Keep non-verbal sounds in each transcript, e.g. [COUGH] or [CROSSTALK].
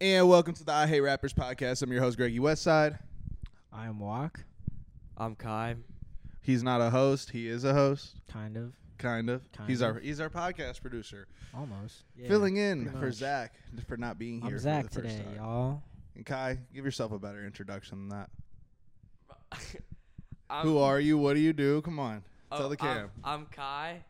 And welcome to the I Hate Rappers podcast. I'm your host, Greggy Westside. I am Walk, I'm [LAUGHS] Kai. He's not a host. He is a host, kind of, kind of. Kind he's our of. he's our podcast producer, almost. filling in pretty for much. Zach for not being here I'm for Zach the first today, time. y'all. And Kai, give yourself a better introduction than that. Who Um, are you? What do you do? Come on, tell the oh, I'm, cam. I'm Kai.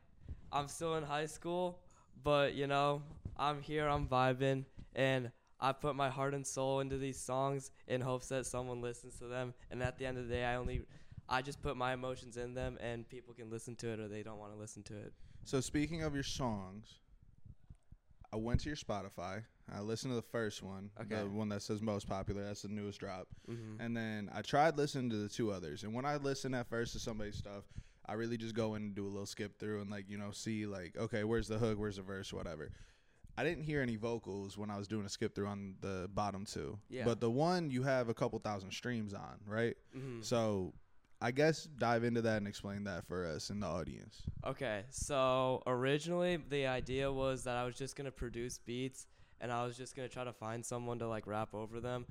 I'm still in high school, but you know, I'm here, I'm vibing, and I put my heart and soul into these songs in hopes that someone listens to them. And at the end of the day, I only I just put my emotions in them and people can listen to it or they don't want to listen to it. So speaking of your songs, I went to your Spotify. I listened to the first one, Okay. the one that says most popular. That's the newest drop. Mhm. And then I tried listening to the two others. And when I listen at first to somebody's stuff, I really just go in and do a little skip through and like you know see like okay, where's the hook, where's the verse, whatever. I didn't hear any vocals when I was doing a skip through on the bottom two. Yeah. But the one you have a couple thousand streams on, right? Mhm. So I guess dive into that and explain that for us in the audience. Okay, so originally the idea was that I was just gonna produce beats and I was just gonna try to find someone to like rap over them,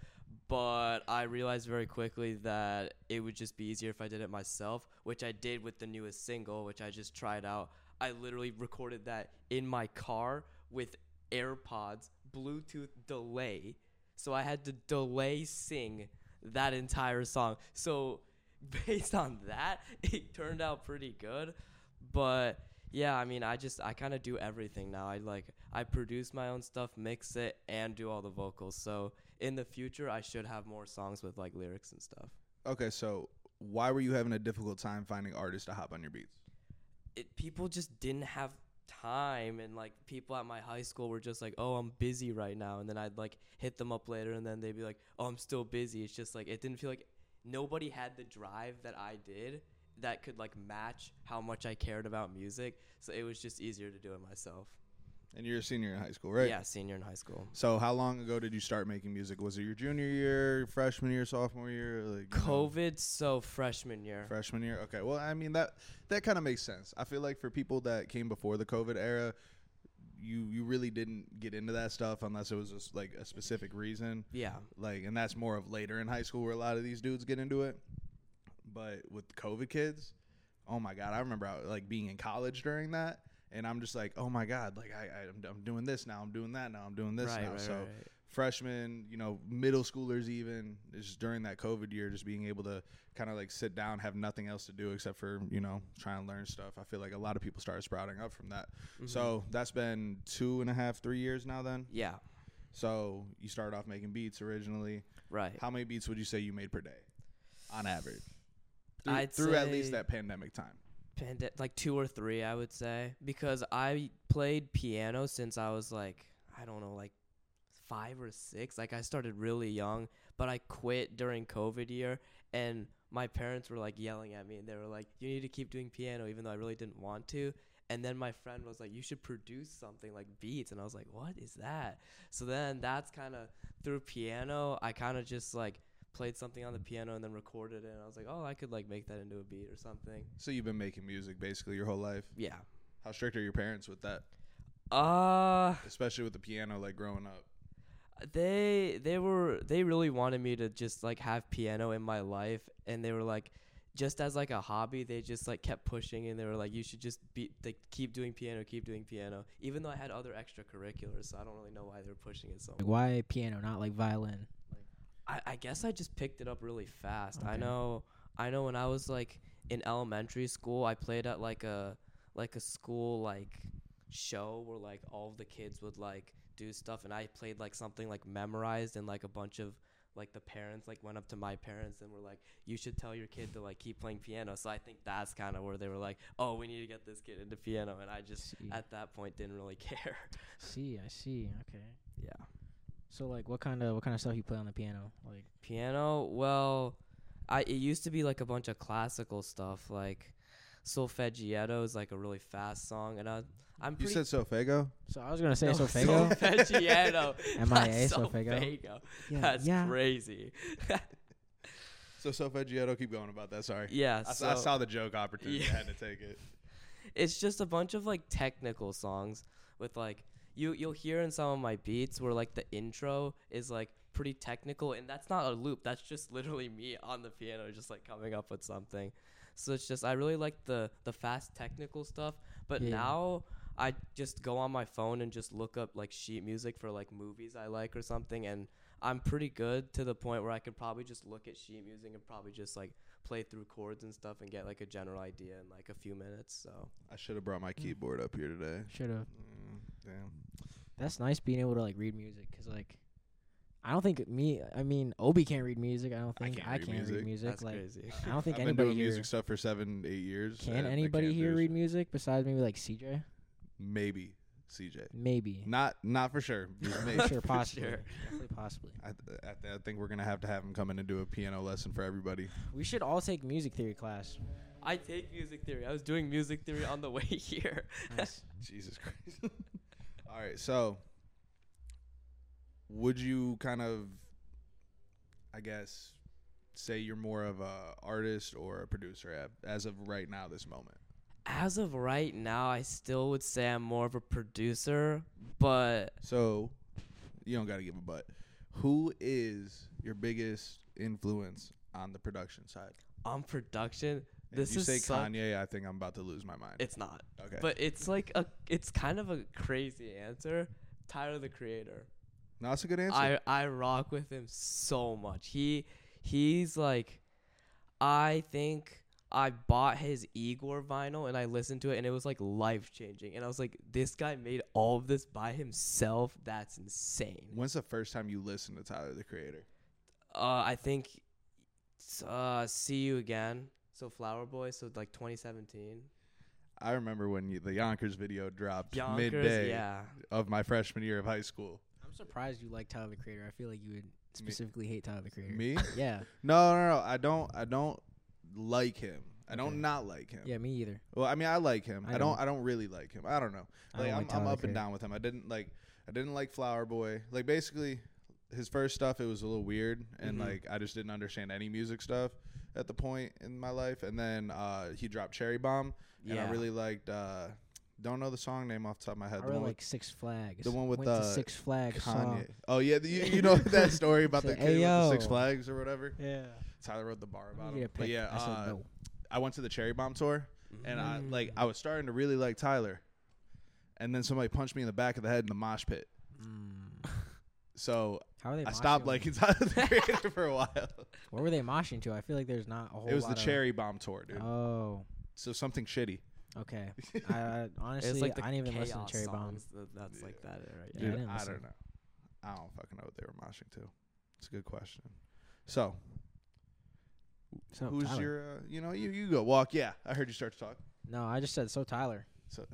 but I realized very quickly that it would just be easier if I did it myself, which I did with the newest single, which I just tried out. I literally recorded that in my car with AirPods, Bluetooth delay, so I had to delay sing that entire song. So [LAUGHS] based on that, it turned out pretty good. But yeah, I mean, I just I kind of do everything now. I like I produce my own stuff, mix it, and do all the vocals. So in the future, I should have more songs with like lyrics and stuff. Okay, so why were you having a difficult time finding artists to hop on your beats? It people just didn't have time, and like people at my high school were just like, "Oh, I'm busy right now," and then I'd like hit them up later, and then they'd be like, "Oh, I'm still busy." It's just like it didn't feel like nobody had the drive that I did that could like match how much I cared about music. So it was just easier to do it myself. And you're a senior in high school, right? Yeah, senior in high school. So how long ago did you start making music? Was it your junior year, freshman year, sophomore year? Like you know, COVID, so freshman year. freshman year. Okay. Well, I mean that that kind of makes sense. I feel like for people that came before the COVID era, you you really didn't get into that stuff unless it was just like a specific reason. yeah. Like, and that's more of later in high school where a lot of these dudes get into it. But with COVID kids, oh my god, I remember I, like being in college during that, and I'm just like, oh my god, like I, I I'm, I'm doing this now, I'm doing that now, I'm doing this right, now. right, so right, right. freshmen, you know, middle schoolers, even just during that COVID year, just being able to kind of like sit down, have nothing else to do except for you know try and learn stuff. I feel like a lot of people started sprouting up from that. Mm-hmm. So that's been two and a half, three years now. Then, Yeah. so you started off making beats originally. Right. How many beats would you say you made per day, on average? Through, I'd through at least say- that pandemic time. Pande- like two or three, I would say, because I played piano since I was like, I don't know, like five or six. Like I started really young, but I quit during COVID year, and my parents were like yelling at me, and they were like, "You need to keep doing piano," even though I really didn't want to. And then my friend was like, "You should produce something like beats," and I was like, "What is that?" So then that's kind of through piano. I kind of just like played something on the piano and then recorded it, and I was like, "Oh, I could like make that into a beat or something." So you've been making music basically your whole life. Yeah. How strict are your parents with that, Uh especially with the piano? Like growing up. they they were they really wanted me to just like have piano in my life and they were like just as like a hobby they just like kept pushing and they were like you should just be like keep doing piano keep doing piano even though I had other extracurriculars so I don't really know why they were pushing it so much. Like, why piano, not like violin? I, I guess I just picked it up really fast. I Okay. know I know when I was like in elementary school I played at like a like a school like show where like all of the kids would like do stuff and I played like something like memorized and like a bunch of like the parents like went up to my parents and were like you should tell your kid to like keep playing piano so I think that's kind of where they were like oh we need to get this kid into piano and I just See. at that point didn't really [LAUGHS] care. see, I see. Okay. yeah. So like, what kind of what kind of stuff you play on the piano? Like, Piano? Well, I it used to be like a bunch of classical stuff, like Solfeggiato is like a really fast song, and I I'm You pretty said solfego. so I was gonna say no, solfego. [LAUGHS] Solfeggiato. M.I.A. [LAUGHS] not solfego? Yeah, That's yeah. crazy. So solfeggiato. Keep going about that. Sorry. yeah, I, so I saw the joke opportunity. Yeah. I had to take it. it's just a bunch of like technical songs with like you you'll hear in some of my beats where like the intro is like pretty technical and that's not a loop that's just literally me on the piano just like coming up with something so it's just i really like the the fast technical stuff but Yeah. now i just go on my phone and just look up like sheet music for like movies i like or something and i'm pretty good to the point where i could probably just look at sheet music and probably just like play through chords and stuff and get like a general idea in like a few minutes so I should have brought my keyboard up here today. Should have. Mm, damn. That's nice being able to like read music 'cause like I don't think me. I mean, Obi can't read music. I don't I think can't I read can't music. read music. that's like crazy [LAUGHS] I don't think I've been anybody doing here music stuff for seven, eight years. can and I anybody can't here do read shit. music besides maybe like CJ. Maybe CJ. Maybe. Not not [LAUGHS] for sure. just For maybe. [LAUGHS] sure, possibly. sure. Definitely possibly. I, th- I, th- I think we're gonna have to have him come in and do a piano lesson for everybody. We should all take music [LAUGHS] theory class. i take music theory i was doing music theory on the [LAUGHS] way here Nice. Jesus Christ. [LAUGHS] All right, so would you kind of, I guess, say you're more of a artist or a producer at, as of right now, this moment? as of right now, I still would say I'm more of a producer, but So you don't got to give a butt. Who is your biggest influence on the production side? on production, If this you is say some- Kanye, I think I'm about to lose my mind. It's not, okay, but it's like a, it's kind of a crazy answer. Tyler the Creator, no, that's a good answer. I I rock with him so much. He he's like, I think I bought his Igor vinyl and I listened to it and it was like life changing. And I was like, this guy made all of this by himself. That's insane. When's the first time you listened to Tyler the Creator? Uh, I think s- uh, see you again. So Flower Boy. So like 2017. I remember when you, the Yonkers video dropped Yonkers. midday Yeah. of my freshman year of high school. I'm surprised you like Tyler the Creator. I feel like you would specifically hate Tyler the Creator. [LAUGHS] Me? Yeah. [LAUGHS] No, no, no. I don't. I don't like him. I don't Okay. not like him. Yeah, me either. Well, I mean, I like him. I I, don't. don't. I don't really like him. I don't know. I Like, don't I'm, like I'm Tyler, up and okay. down with him. I didn't like. I didn't like Flower Boy. Like basically, his first stuff it was a little weird, and Mm-hmm. Mhm. like I just didn't understand any music stuff at the point in my life. And then uh, he dropped Cherry Bomb, and yeah. I really liked. Uh, don't know the song name off the top of my head. Uh, I the really one with like Six Flags. the one with, Went to uh, Six Flags Kanye. song. Oh yeah, the, you, [LAUGHS] you know that story about the Said, kid with the Six "Ayo." Flags or whatever. Yeah. Tyler wrote the bar about Let me him. get a But pic. yeah, I said uh, no. I went to the Cherry Bomb tour, and I Mm. like I was starting to really like Tyler, and then somebody punched me in the back of the head in the mosh pit. Mm. So How are they? I moshing stopped to? liking [LAUGHS] Tyler the Creator for [LAUGHS] a while. What were they moshing to? I feel like there's not a whole. It was the lot of- Cherry Bomb tour, dude. Oh, So something shitty. okay. [LAUGHS] I, I honestly, it's like the I didn't even listen chaos to Cherry Bomb. songs, th- That's like that, right? Yeah, I Dude, didn't I, listen. don't know. I don't fucking know what they were moshing to. It's a good question. So So who's Tyler. your? Uh, you know, you you go walk. Yeah, I heard you start to talk. No, I just said so. Tyler, So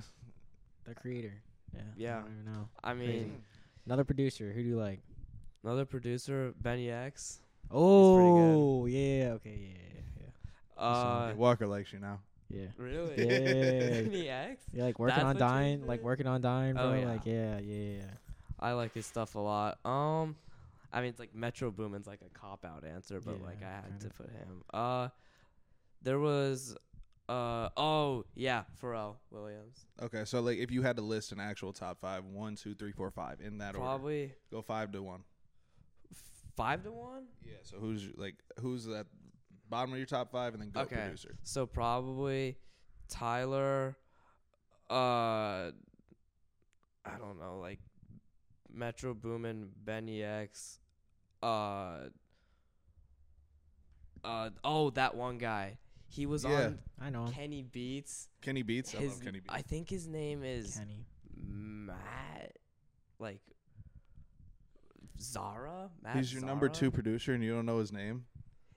the creator. Yeah. Yeah. I don't even know. I mean, Another producer. Who do you like? another producer, Benny X. Oh, yeah. Okay. Yeah. Uh, Walker likes you now. Yeah. Yeah. [LAUGHS] really? Yeah. yeah, yeah. [LAUGHS] Benny X. [LAUGHS] You're like working That's on what you dying, like said? working on dying, bro. Oh, yeah. Like yeah, yeah, yeah. I like his stuff a lot. Um, I mean, it's like Metro Boomin's like a cop out answer, but Yeah, like I had kind to of. put him. Uh, there was, uh, oh yeah, Pharrell Williams. Okay, so like if you had to list an actual top five, one, two, three, four, five in that order, Probably go five to one. five to one. Yeah. So who's like who's that bottom of your top five, and then go Okay. producer. So probably Tyler. Uh, I don't know, like Metro Boomin, Benny X. Uh. Uh oh, that one guy. He was Yeah. I know on him. Kenny Beats. Kenny Beats. I his, love Kenny Beats. I think his name is Kenny. Matt, like Zara. Matt He's your number Zara? two producer, and you don't know his name.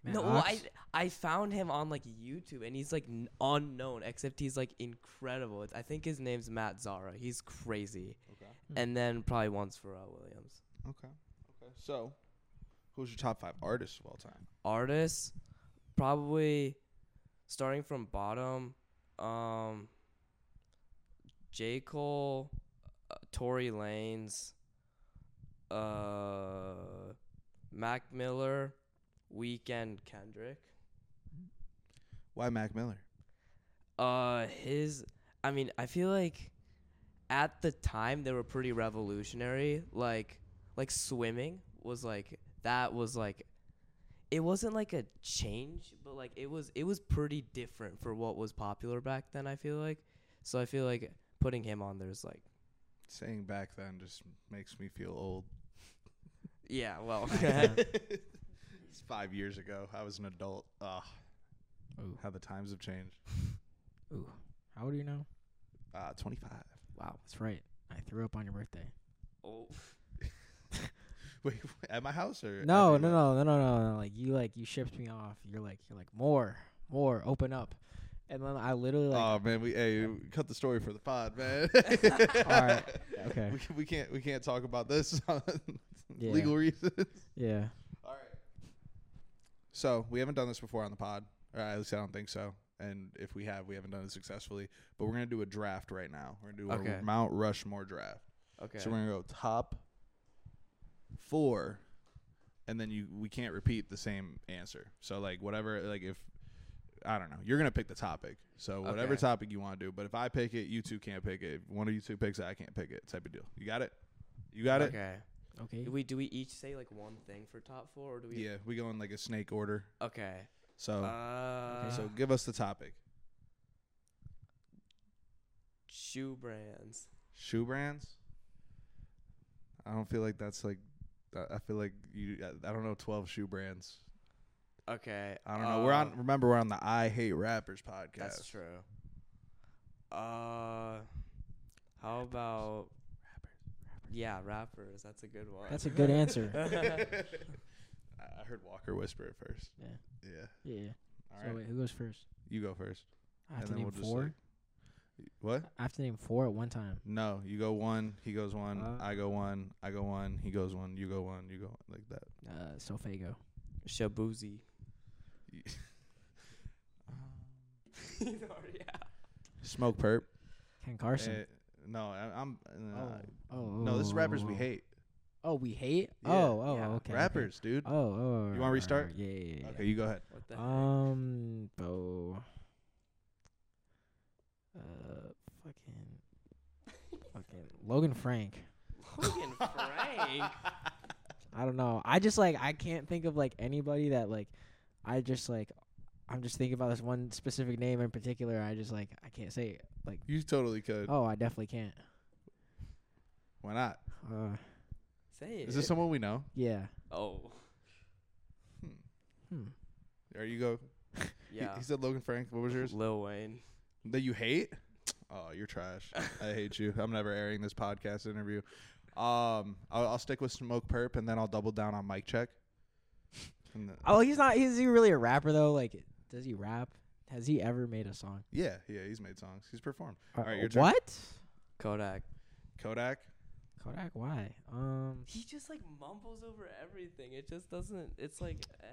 Matt no, well, I Ox? I found him on like YouTube, and he's like n- unknown, except he's like incredible. It's, I think his name's Matt Zara. He's crazy. Okay. Hmm. And then probably once Pharrell Williams, Okay. Okay. So, who's your top five artists of all time? artists, probably starting from bottom. Um, J Cole, uh, Tory Lanez, uh, Mac Miller, Weekend Kendrick. Why Mac Miller? Uh, his. I mean, I feel like at the time they were pretty revolutionary. Like like swimming was like that was like it wasn't like a change, but like it was it was pretty different for what was popular back then, I feel like. So I feel like putting him on there's like Saying back then just makes me feel [LAUGHS] old. [LAUGHS] yeah, well [LAUGHS] It's five years ago. I was an adult. Ugh, Ooh. how the times have changed. Ooh. How old are you now? Uh, 25. Wow, that's right. I threw up on your birthday. oh, [LAUGHS] Wait, [LAUGHS] at my house or? No, no, everywhere? no, no, no, no, no. Like you, like you shipped me off. You're like, you're like more, more. Open up, and then I literally like, oh man, we hey, we cut the story for the pod, [LAUGHS] man. all right, [LAUGHS] okay, We, can- we can't we can't talk about this [LAUGHS] on Yeah. legal reasons. [LAUGHS] yeah. All right. So we haven't done this before on the pod, or at least I don't think so. And if we have, we haven't done it successfully. But we're gonna do a draft right now. We're gonna do Okay. a Mount Rushmore draft. okay. So we're gonna go top four, and then you we can't repeat the same answer. So like whatever, like if I don't know, you're gonna pick the topic. So whatever Okay. topic you want to do, but if I pick it, you two can't pick it. If one of you two picks it, I can't pick it. Type of deal. You got it. You got it. okay. Okay. Do we do we each say like one thing for top 4 or do we Yeah, we go in like a snake order. Okay. So Uh, so give us the topic. shoe brands. Shoe brands. I don't feel like that's like. I I feel like you. I- I don't know twelve shoe brands. Okay. I don't know. We're uh, on. Remember, we're on the I Hate Rappers podcast. That's true. Uh, how about yeah, rappers. That's a good one. [LAUGHS] That's [LAUGHS] a good answer. I I heard Walker whisper it first. Yeah. Yeah. Yeah. All So right. wait, who goes first? You go first. I have And to then name we'll just, four. like- What? I have to name four at one time. No, you go one. He goes one. Uh. I go one. I go one. He goes one. You go one. You go one. Like that. Uh, so Fago. Shabuzi. You- [LAUGHS] Uh. He's already out. Smoke perp. Ken Carson. Eh, no, I, I'm. Uh, oh, oh, No, this is rappers we oh, oh. hate. Oh, we hate. Yeah. Oh, oh, Yeah. okay. okay. rappers, dude. Oh, oh. wanna oh, oh, restart? Yeah, yeah, yeah. Okay, you go ahead. What the? heck? Um, Bo. Uh, fucking, fucking Logan Frank. Logan Frank. I don't know. I just like I can't think of like anybody that like I just like I'm just thinking about this one specific name in particular. I just like I can't say it. like You totally could. oh I definitely can't. Why not? Uh, [LAUGHS] Say it. Is this someone we know? yeah. [LAUGHS] oh, Hmm. Or you go. he- yeah. He, said Logan Frank. What was yours? Lil Wayne. That you hate? Oh, you're trash. I hate you. I'm never airing this podcast interview. Um, I'll, I'll stick with Smoke Perp, and then I'll double down on Mike Check. And the- Oh, he's not. Is he really a rapper though? Like, does he rap? Has he ever made a song? yeah, yeah, he's made songs. He's performed. Uh, Alright, your turn. what? Kodak. Kodak. Kodak? Why? Um, He just like mumbles over everything. It just doesn't. It's like. Eh.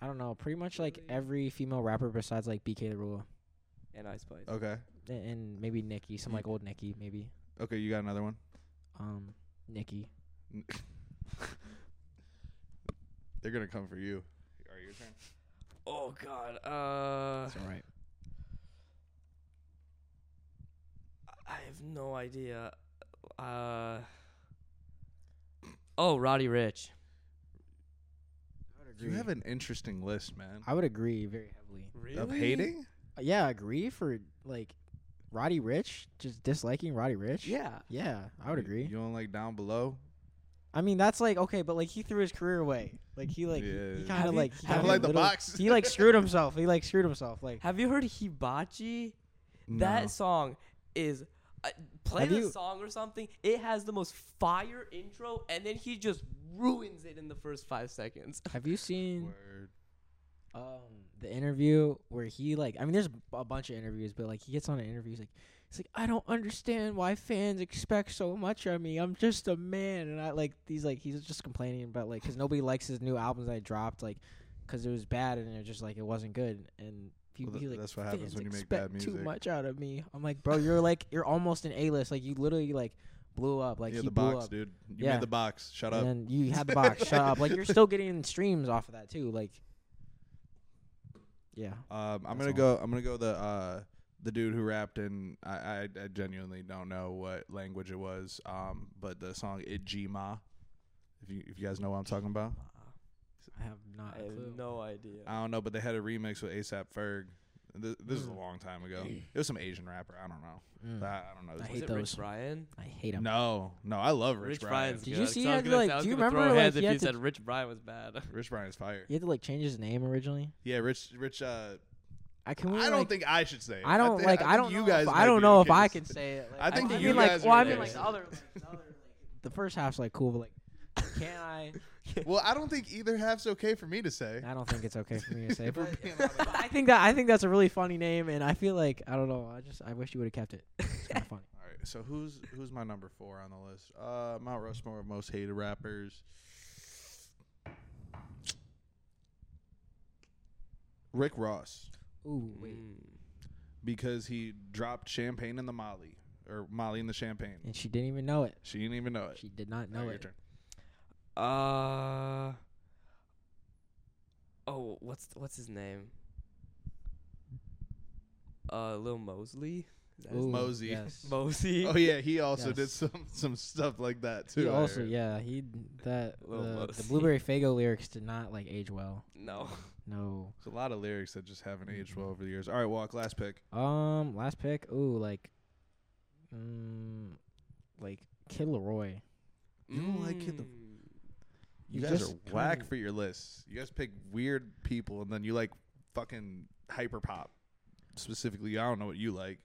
I don't know. Pretty much like Really? every female rapper besides like BK the Rule And Ice Spice. Okay. a- and maybe Nicki, some Ye- like old Nicki, maybe. Okay, you got another one. Um, Nicki. They're gonna come for you. Are your turn? Oh God. Uh. It's all right. I have no idea. Uh. Oh, Roddy Rich. You have an interesting list, man. I would agree very heavily. Really? Of hating? Uh, Yeah, agree for like Roddy Rich, just disliking Roddy Rich. Yeah. Yeah, I would You- agree. You don't like down below? I mean, that's like okay, but like he threw his career away. Like he like Yeah. he Have kind you- of like he have kinda you- Like the little- box. He like screwed himself. He like screwed himself. Like Have you heard Hibachi? That song is. Uh, play Have the you- song or something. It has the most fire intro, and then he just ruins it in the first five seconds. [LAUGHS] have you seen Word. um the interview where he like I mean there's a bunch of interviews, but like he gets on an interview, he's like he's like, I don't understand why fans expect so much of me. I'm just a man and I like he's like he's just complaining about like cause nobody likes his new albums that I dropped, like 'cause it was bad and it just like it wasn't good and he, Well, tha- he's like, that's what happens "Fans when you make expect bad Too music." much out of me. I'm like, bro, you're like you're almost an A list. Like you literally like blew up. Like yeah, he the blew box, up. dude. You Yeah. made the box. Shut and up. then you [LAUGHS] had the box. Shut up. Like you're still getting [LAUGHS] streams off of that too. Like, yeah. Um, I'm That's gonna go. I'm gonna go the uh, the dude who rapped in I, I, I genuinely don't know what language it was, um, but the song Ijima. If you if you guys know what I'm talking about, I have not I a have clue. no idea. I don't know, but they had a remix with ASAP Ferg. Th- This is a Mm. long time ago. It was some Asian rapper. I don't know. Mm. I, I don't know. I Was hate it those. Rich Brian? I hate him. No, no, I love Rich, Rich Brian. Brian's Did you good. see So I how was to, gonna like- say- I was do you gonna remember, throw heads like, you if you had to- said Rich Brian was bad? Rich Brian's fire. You had to like change his name originally. Yeah, Rich. Rich. Uh, I can. We, I don't like- think I should say. It. I don't thi- like. think I don't. You know guys. If, might I don't be know if okay I to can say- say it. Like, I think mean, you like, guys well, are I mean, like okay. the other, like, the other, like, the first half's like cool, but like, can I? Well, I don't think either half's okay for me to say. I don't think it's okay for me [LAUGHS] to say. If we're But [LAUGHS] being honest. but I think that I think that's a really funny name, and I feel like I don't know. I just I wish you would have kept it. It's [LAUGHS] kind of funny. All right. So who's who's my number four on the list? Uh, Mount Rushmore of most hated rappers. Rick Ross, Ooh, [LAUGHS] wait. Mm. because he dropped champagne in the Molly or Molly in the champagne. And she didn't even know it. She didn't even know it. She did not All know right, your it. turn. Uh. Oh, what's what's his name? Uh, Lil Mosley. Is that his Ooh, name? Mosey. [LAUGHS] Yes. [LAUGHS] Mosley. Oh yeah, he also Yes. did some some stuff like that too. He I also, heard. yeah, he that Lil the, the Mosey. blueberry fago lyrics did not like age well. No. No. There's a lot of lyrics that just haven't aged well over the years. All right, walk last pick. Um, last pick. Ooh, like, mm, like Kid Leroy. You don't like Kid the- Mm. You, You guys just are whack kinda- for your lists. You guys pick weird people, and then you like fucking hyper pop. Specifically, I don't know what you like.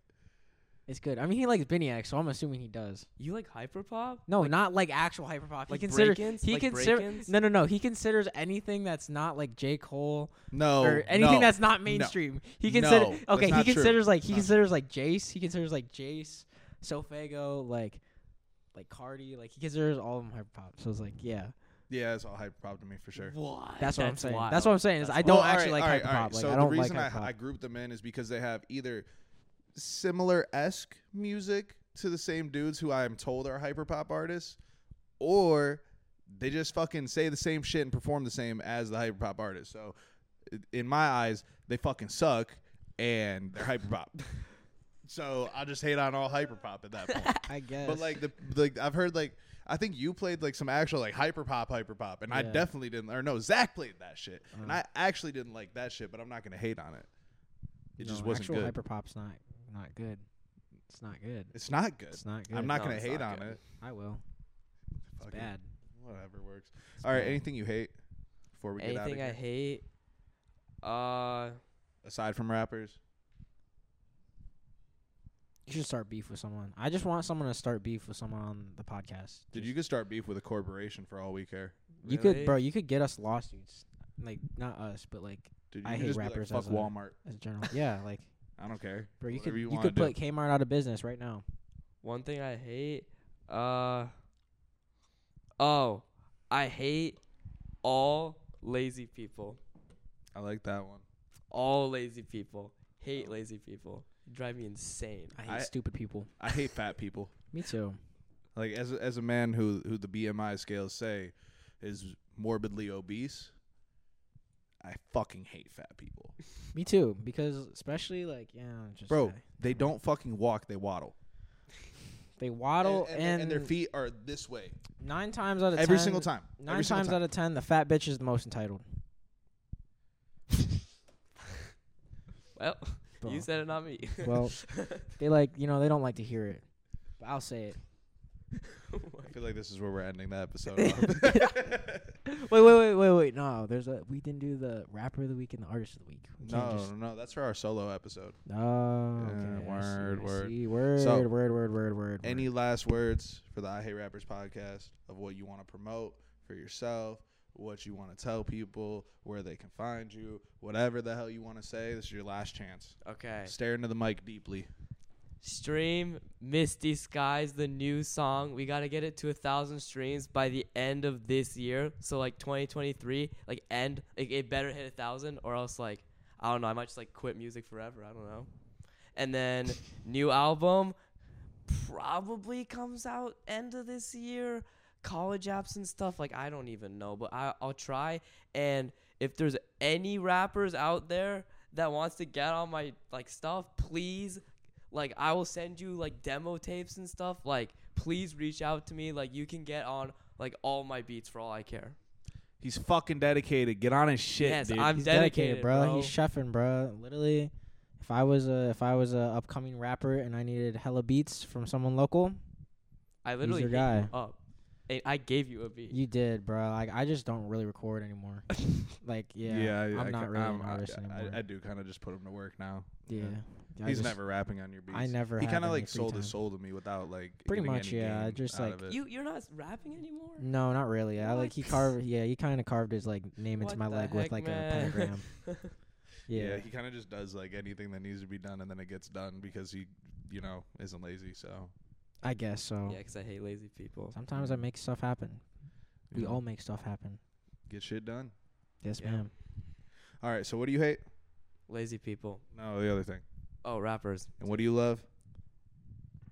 It's good. I mean, he likes Biniac, so I'm assuming he does. You like hyperpop? No, not like actual hyperpop. He Like considers break-ins? he Like considers break-ins? no, no, no. He considers anything that's not like J Cole No, or anything no, that's not no. mainstream. He No, considers that's okay. He not true. considers like he Not- considers like Jace. He considers like Jace, Sofago, like like Cardi. Like he considers all of them hyperpop. So it's like yeah, Yeah, it's all hyper pop to me for sure. What? that's what I'm saying. That's what wild. I'm saying is That's I don't Well, all actually right, all like right, all hyperpop. right. Like so I don't the like reason hyperpop. I, I grouped them in is because they have either similar esque music to the same dudes who I am told are hyper pop artists, or they just fucking say the same shit and perform the same as the hyper pop artists. So, i- in my eyes, they fucking suck and they're hyper pop. [LAUGHS] so I just hate on all hyper pop at that point. I, guess. But like the like I've heard like I think you played like some actual like hyper pop hyper pop and I Yeah. definitely didn't or no Zach played that shit and I actually didn't like that shit but I'm not gonna hate on it. It just No, wasn't actual good. Hyperpop's not not good. It's not good. it's not good. It's not good. I'm not No, gonna it's hate not on good. it. I will. It's Fucking bad. Whatever works. All right, bad. anything you hate before we get out of Anything here I hate? Uh, aside from rappers. You should start beef with someone. I just want someone to start beef with someone on the podcast. Did Just- you could start beef with a corporation for all we care. You Really? could, bro. You could get us lawsuits. Like not us, but like Dude, you I could hate just be rappers Like, as Fuck a- Walmart. as a general. yeah, like I don't care. bro, you Whatever could you, you wanna could do. put Kmart out of business right now. one thing I hate. Uh. Oh, I hate all lazy people. I like that one. All lazy people. Hate lazy people. Drive me insane. I hate I- stupid people. I hate fat people. Me too. like as a, as a man who who the BMI scales say is morbidly obese, I fucking hate fat people, Me too. Because especially like yeah, just bro. I- They don't fucking walk; they waddle, they waddle and, and- and their feet are this way nine times out of every ten, single time. Nine every times out of ten, the fat bitch is the most entitled. Well, Bro. you said it, not me. [LAUGHS] [LAUGHS] well, they like you know they don't like to hear it, but I'll [LAUGHS] say it. Oh I feel like this is where we're ending the [LAUGHS] episode. Wait, wait, wait, wait, wait. No, there's a we didn't do the rapper of the week and the artist of the week. We can't no, just- no, no, that's for our solo episode. Oh, Yeah, okay. I see, word, I word. see. Word, So, word, word, word, word, word. Any last words for the I Hate Rappers podcast of what you want to promote for yourself, what you want to tell people, where they can find you, whatever the hell you want to say. This is your last chance. okay. Stare into the mic deeply. Stream Misty Skies, the new song. We gotta get it to a thousand streams by the end of this year. So like 2023, like end, like it better hit a thousand, or else like I don't know. I might just like quit music forever. I don't know. And then new album probably comes out end of this year. College apps and stuff like I don't even know, but I, I'll try. And if there's any rappers out there that wants to get on my like stuff, please Like I will send you like demo tapes and stuff. Like please reach out to me. Like you can get on like all my beats for all I care. He's fucking dedicated. Get on his shit, yes, dude. I'm He's dedicated, dedicated, bro. bro. He's chefing, bro. Literally, if I was a if I was a upcoming rapper and I needed hella beats from someone local, I literally your hit you guy. up. And I gave you a beat. you did, bro. Like I just don't really record [LAUGHS] anymore. like yeah, I- I'm I, not ca- really I'm- an artist I- I- anymore. I do kind of just put him to work now. yeah, I He's just- never rapping on your beats. I never He have kind of any like free sold his time. soul to me without like Pretty getting much, any yeah, gain just, out like, of it. You you're not rapping anymore. No, not really. I like he What? carved. Yeah, he kind of carved his like name into What my the leg heck, with like a man? [LAUGHS] pentagram. Yeah. yeah. he kind of just does like anything that needs to be done, and then it gets done because he, you know, isn't lazy. So I guess so. Yeah, 'cause I hate lazy people. Sometimes I make stuff happen. you We know, all make stuff happen. get shit done. Yes, Yeah. ma'am. All right. So what do you hate? Lazy people. No, the other thing. Oh, rappers. And what do you love?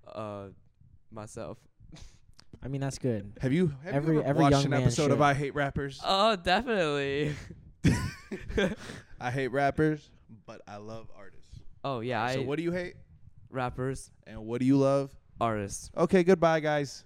Uh, myself. I mean, that's good. Have you have Every- you ever every watched young an man episode of should. I Hate Rappers? Oh, definitely. [LAUGHS] I hate rappers, but I love artists. oh yeah, I so what do you hate rappers, and what do you love? artists. Okay, goodbye, guys.